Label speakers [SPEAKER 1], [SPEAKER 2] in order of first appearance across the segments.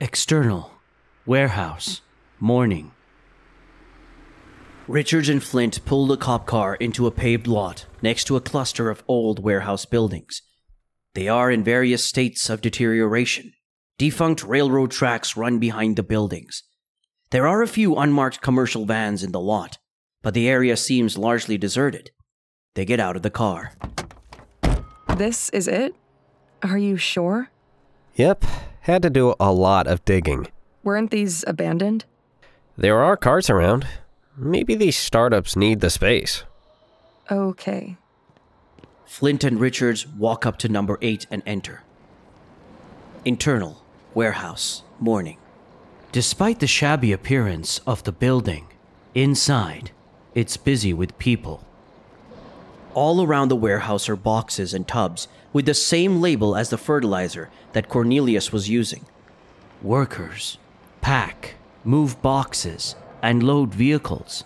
[SPEAKER 1] External. Warehouse. Morning. Richards and Flint pulled a cop car into a paved lot next to a cluster of old warehouse buildings. They are in various states of deterioration. Defunct railroad tracks run behind the buildings. There are a few unmarked commercial vans in the lot, but the area seems largely deserted. They get out of the car.
[SPEAKER 2] This is it? Are you sure?
[SPEAKER 3] Yep, had to do a lot of digging.
[SPEAKER 2] Weren't these abandoned?
[SPEAKER 3] There are cars around. Maybe these startups need the space.
[SPEAKER 2] Okay.
[SPEAKER 1] Flint and Richards walk up to number 8 and enter. Internal, warehouse, morning. Despite the shabby appearance of the building, inside, it's busy with people. All around the warehouse are boxes and tubs with the same label as the fertilizer that Cornelius was using. Workers pack, move boxes, and load vehicles.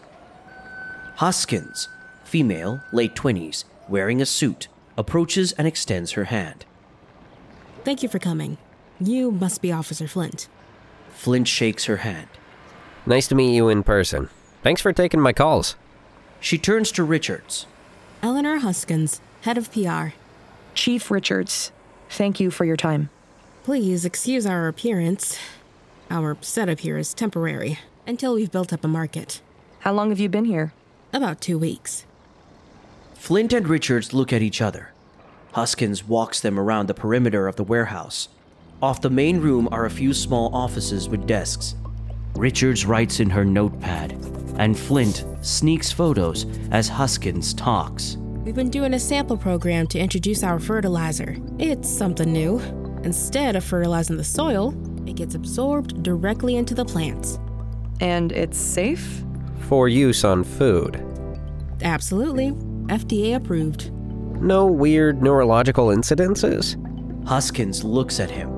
[SPEAKER 1] Hoskins, female, late 20s, wearing a suit, approaches and extends her hand.
[SPEAKER 4] Thank you for coming. You must be Officer Flint.
[SPEAKER 1] Flint shakes her hand.
[SPEAKER 3] Nice to meet you in person. Thanks for taking my calls.
[SPEAKER 1] She turns to Richards.
[SPEAKER 4] Eleanor Huskins, head of PR.
[SPEAKER 2] Chief Richards, thank you for your time.
[SPEAKER 4] Please excuse our appearance. Our setup here is temporary until we've built up a market.
[SPEAKER 2] How long have you been here?
[SPEAKER 4] About two weeks.
[SPEAKER 1] Flint and Richards look at each other. Huskins walks them around the perimeter of the warehouse. Off the main room are a few small offices with desks. Richards writes in her notepad, and Flint sneaks photos as Huskins talks.
[SPEAKER 4] We've been doing a sample program to introduce our fertilizer. It's something new. Instead of fertilizing the soil, it gets absorbed directly into the plants.
[SPEAKER 2] And it's safe?
[SPEAKER 3] For use on food.
[SPEAKER 4] Absolutely. FDA approved.
[SPEAKER 3] No weird neurological incidences?
[SPEAKER 1] Huskins looks at him.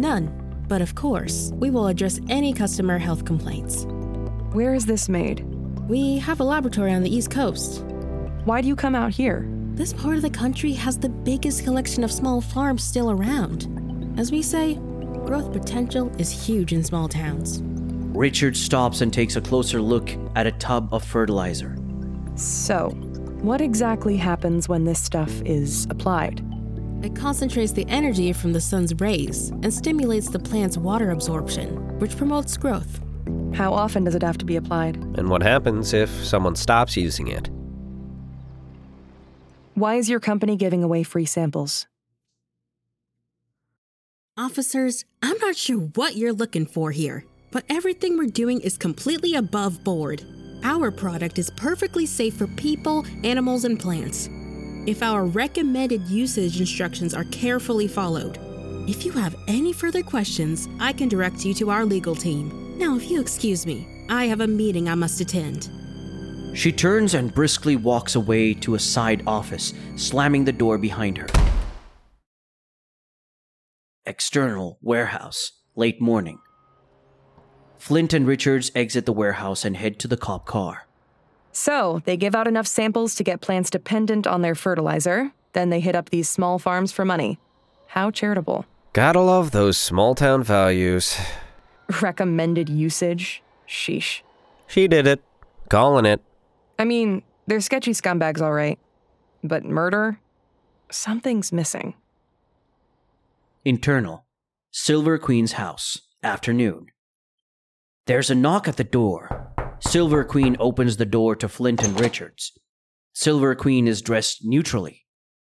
[SPEAKER 4] None. But of course, we will address any customer health complaints.
[SPEAKER 2] Where is this made?
[SPEAKER 4] We have a laboratory on the East Coast.
[SPEAKER 2] Why do you come out here?
[SPEAKER 4] This part of the country has the biggest collection of small farms still around. As we say, growth potential is huge in small towns.
[SPEAKER 1] Richards stops and takes a closer look at a tub of fertilizer.
[SPEAKER 2] So, what exactly happens when this stuff is applied?
[SPEAKER 4] It concentrates the energy from the sun's rays and stimulates the plant's water absorption, which promotes growth.
[SPEAKER 2] How often does it have to be applied?
[SPEAKER 3] And what happens if someone stops using it?
[SPEAKER 2] Why is your company giving away free samples?
[SPEAKER 4] Officers, I'm not sure what you're looking for here, but everything we're doing is completely above board. Our product is perfectly safe for people, animals, and plants. If our recommended usage instructions are carefully followed, if you have any further questions, I can direct you to our legal team. Now, if you excuse me, I have a meeting I must attend.
[SPEAKER 1] She turns and briskly walks away to a side office, slamming the door behind her. External warehouse, late morning. Flint and Richards exit the warehouse and head to the cop car.
[SPEAKER 2] So, they give out enough samples to get plants dependent on their fertilizer, then they hit up these small farms for money. How charitable.
[SPEAKER 3] Gotta love those small town values.
[SPEAKER 2] Recommended usage? Sheesh.
[SPEAKER 3] She did it. Calling it.
[SPEAKER 2] I mean, they're sketchy scumbags, all right. But murder? Something's missing.
[SPEAKER 1] Internal. Silver Queen's house. Afternoon. There's a knock at the door. Silver Queen opens the door to Flint and Richards. Silver Queen is dressed neutrally.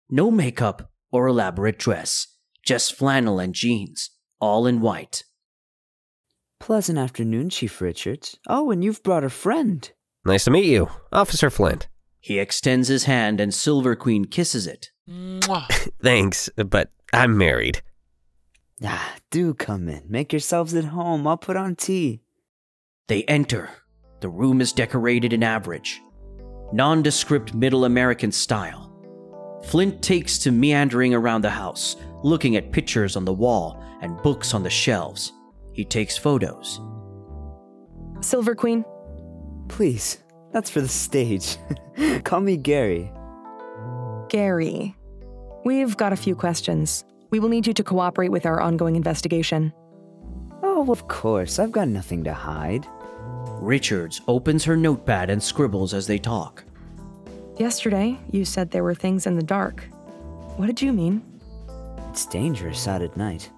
[SPEAKER 1] No makeup or elaborate dress, just flannel and jeans, all in white.
[SPEAKER 5] Pleasant afternoon, Chief Richards. Oh, and you've brought a friend.
[SPEAKER 3] Nice to meet you, Officer Flint.
[SPEAKER 1] He extends his hand and Silver Queen kisses it.
[SPEAKER 3] Thanks, but I'm married.
[SPEAKER 5] Ah, do come in. Make yourselves at home. I'll put on tea.
[SPEAKER 1] They enter. The room is decorated in average, nondescript Middle American style. Flint takes to meandering around the house, looking at pictures on the wall and books on the shelves. He takes photos.
[SPEAKER 2] Silver Queen?
[SPEAKER 5] Please, that's for the stage. Call me Gary.
[SPEAKER 2] Gary. We've got a few questions. We will need you to cooperate with our ongoing investigation.
[SPEAKER 5] Oh, Oh, of course. I've got nothing to hide.
[SPEAKER 1] Richards opens her notepad and scribbles as they talk.
[SPEAKER 2] Yesterday, you said there were things in the dark. What did you mean?
[SPEAKER 5] It's dangerous out at night.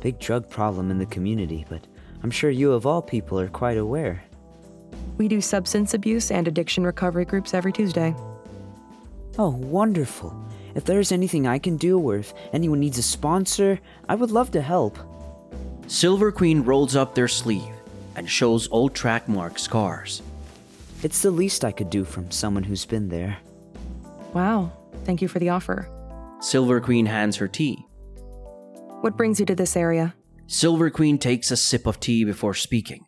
[SPEAKER 5] Big drug problem in the community, but I'm sure you of all people are quite aware.
[SPEAKER 2] We do substance abuse and addiction recovery groups every Tuesday.
[SPEAKER 5] Oh, wonderful. If there's anything I can do or if anyone needs a sponsor, I would love to help.
[SPEAKER 1] Silver Queen rolls up their sleeve and shows old track mark scars.
[SPEAKER 5] It's the least I could do from someone who's been there.
[SPEAKER 2] Wow, thank you for the offer.
[SPEAKER 1] Silver Queen hands her tea.
[SPEAKER 2] What brings you to this area?
[SPEAKER 1] Silver Queen takes a sip of tea before speaking.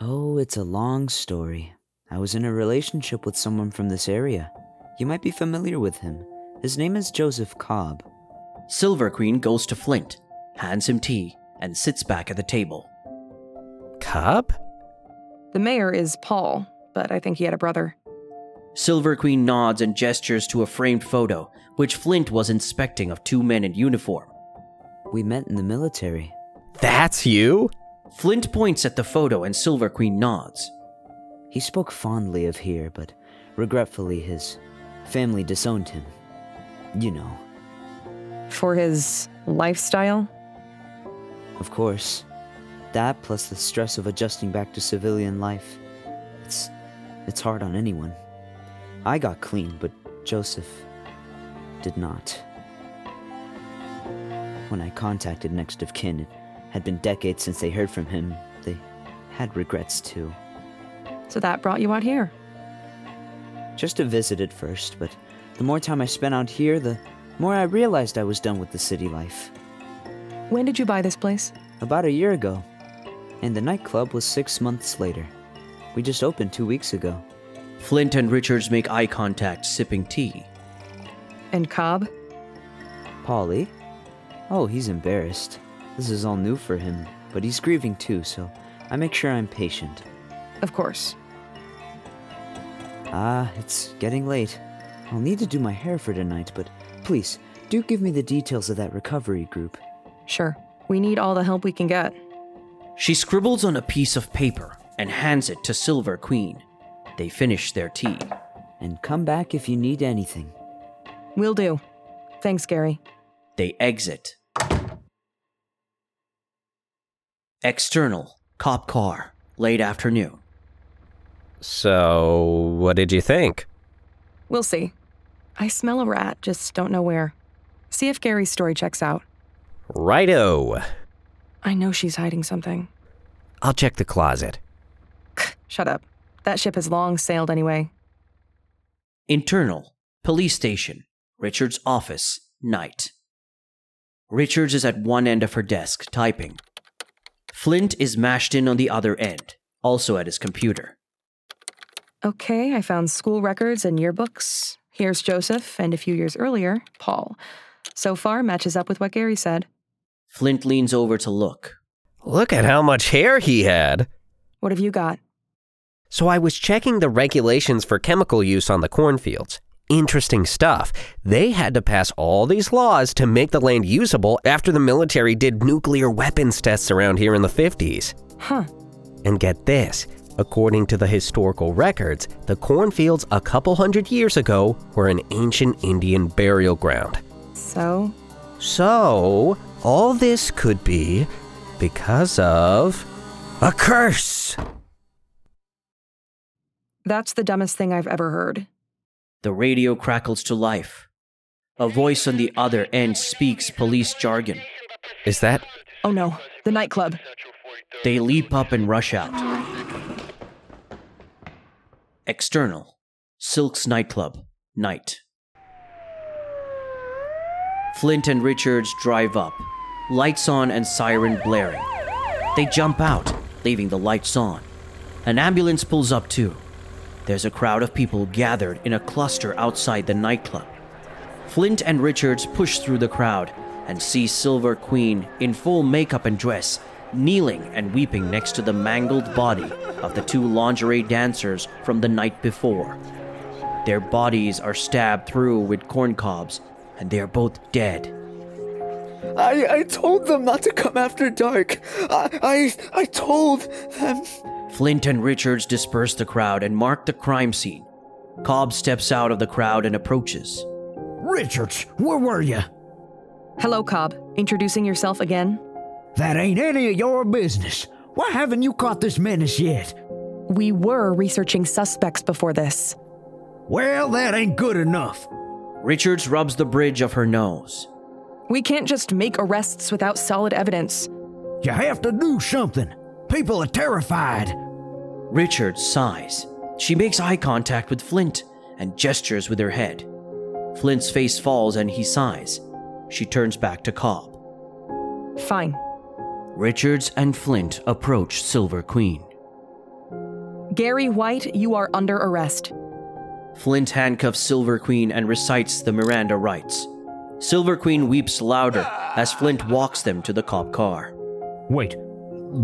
[SPEAKER 5] Oh, it's a long story. I was in a relationship with someone from this area. You might be familiar with him. His name is Joseph Cobb.
[SPEAKER 1] Silver Queen goes to Flint, hands him tea, and sits back at the table.
[SPEAKER 3] Cobb?
[SPEAKER 2] The mayor is Paul, but I think he had a brother.
[SPEAKER 1] Silver Queen nods and gestures to a framed photo, which Flint was inspecting of two men in uniform.
[SPEAKER 5] We met in the military.
[SPEAKER 3] That's you?
[SPEAKER 1] Flint points at the photo and Silver Queen nods.
[SPEAKER 5] He spoke fondly of here, but regretfully his family disowned him. You know,
[SPEAKER 2] For his lifestyle?
[SPEAKER 5] of course. That plus the stress of adjusting back to civilian life. It's it's hard on anyone. I got clean, but Joseph did not. When I contacted next of kin, it had been decades since they heard from him. They had regrets too.
[SPEAKER 2] So that brought you out here.
[SPEAKER 5] Just to visit at first, but the more time I spent out here, the more I realized I was done with the city life.
[SPEAKER 2] When did you buy this place?
[SPEAKER 5] About a year ago. And the nightclub was six months later. We just opened two weeks ago.
[SPEAKER 1] Flint and Richards make eye contact, sipping tea.
[SPEAKER 2] And Cobb?
[SPEAKER 5] Polly? eh? Oh, he's embarrassed. This is all new for him, but he's grieving too, so I make sure I'm patient.
[SPEAKER 2] Of course.
[SPEAKER 5] Ah, it's getting late. I'll need to do my hair for tonight, but please, do give me the details of that recovery group.
[SPEAKER 2] Sure. We need all the help we can get.
[SPEAKER 1] She scribbles on a piece of paper and hands it to Silver Queen. They finish their tea.
[SPEAKER 5] And come back if you need anything.
[SPEAKER 2] Will do. Thanks, Gary.
[SPEAKER 1] They exit. External, cop car, late afternoon.
[SPEAKER 3] So, what did you think?
[SPEAKER 2] We'll see. I smell a rat, just don't know where. See if Gary's story checks out.
[SPEAKER 3] Righto.
[SPEAKER 2] I know she's hiding something.
[SPEAKER 3] I'll check the closet.
[SPEAKER 2] Shut up. That ship has long sailed anyway.
[SPEAKER 1] Internal, police station, Richards' office, night. Richards is at one end of her desk, typing. Flint is mashed in on the other end, also at his computer.
[SPEAKER 2] Okay, I found school records and yearbooks. Here's Joseph, and a few years earlier, Paul. So far, matches up with what Gary said.
[SPEAKER 1] Flint leans over to look.
[SPEAKER 3] Look at how much hair he had.
[SPEAKER 2] What have you got?
[SPEAKER 3] So I was checking the regulations for chemical use on the cornfields. Interesting stuff. They had to pass all these laws to make the land usable after the military did nuclear weapons tests around here in the 50s.
[SPEAKER 2] Huh.
[SPEAKER 3] And get this according to the historical records, the cornfields a couple hundred years ago were an ancient Indian burial ground.
[SPEAKER 2] So,
[SPEAKER 3] So, all this could be because of a curse.
[SPEAKER 2] that's the dumbest thing I've ever heard.
[SPEAKER 1] The radio crackles to life. A voice on the other end speaks police jargon.
[SPEAKER 3] Is that
[SPEAKER 2] Oh no, the nightclub.
[SPEAKER 1] They leap up and rush out. External Silk's nightclub, night. Flint and Richards drive up, lights on and siren blaring. They jump out, leaving the lights on. An ambulance pulls up too. There's a crowd of people gathered in a cluster outside the nightclub. Flint and Richards push through the crowd and see Silver Queen in full makeup and dress, kneeling and weeping next to the mangled body of the two lingerie dancers from the night before. Their bodies are stabbed through with corn cobs, and they are both dead.
[SPEAKER 6] I, I told them not to come after dark. I, I, I told them.
[SPEAKER 1] Flint and Richards disperse the crowd and mark the crime scene. Cobb steps out of the crowd and approaches.
[SPEAKER 7] Richards, where were you?
[SPEAKER 2] Hello, Cobb. Introducing yourself again?
[SPEAKER 7] That ain't any of your business. Why haven't you caught this menace yet?
[SPEAKER 2] We were researching suspects before this.
[SPEAKER 7] Well, that ain't good enough.
[SPEAKER 1] Richards rubs the bridge of her nose.
[SPEAKER 2] We can't just make arrests without solid evidence.
[SPEAKER 7] You have to do something. People are terrified.
[SPEAKER 1] Richards sighs. She makes eye contact with Flint and gestures with her head. Flint's face falls and he sighs. She turns back to Cobb.
[SPEAKER 2] Fine.
[SPEAKER 1] Richards and Flint approach Silver Queen.
[SPEAKER 2] Gary White, you are under arrest.
[SPEAKER 1] Flint handcuffs Silver Queen and recites the Miranda rights. Silver Queen weeps louder as Flint walks them to the cop car.
[SPEAKER 7] Wait,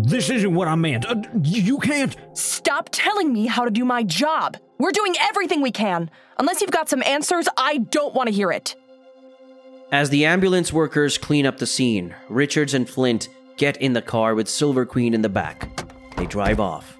[SPEAKER 7] this isn't what I meant. Uh, you can't.
[SPEAKER 2] Stop telling me how to do my job. We're doing everything we can. Unless you've got some answers, I don't want to hear it.
[SPEAKER 1] As the ambulance workers clean up the scene, Richards and Flint get in the car with Silver Queen in the back. They drive off.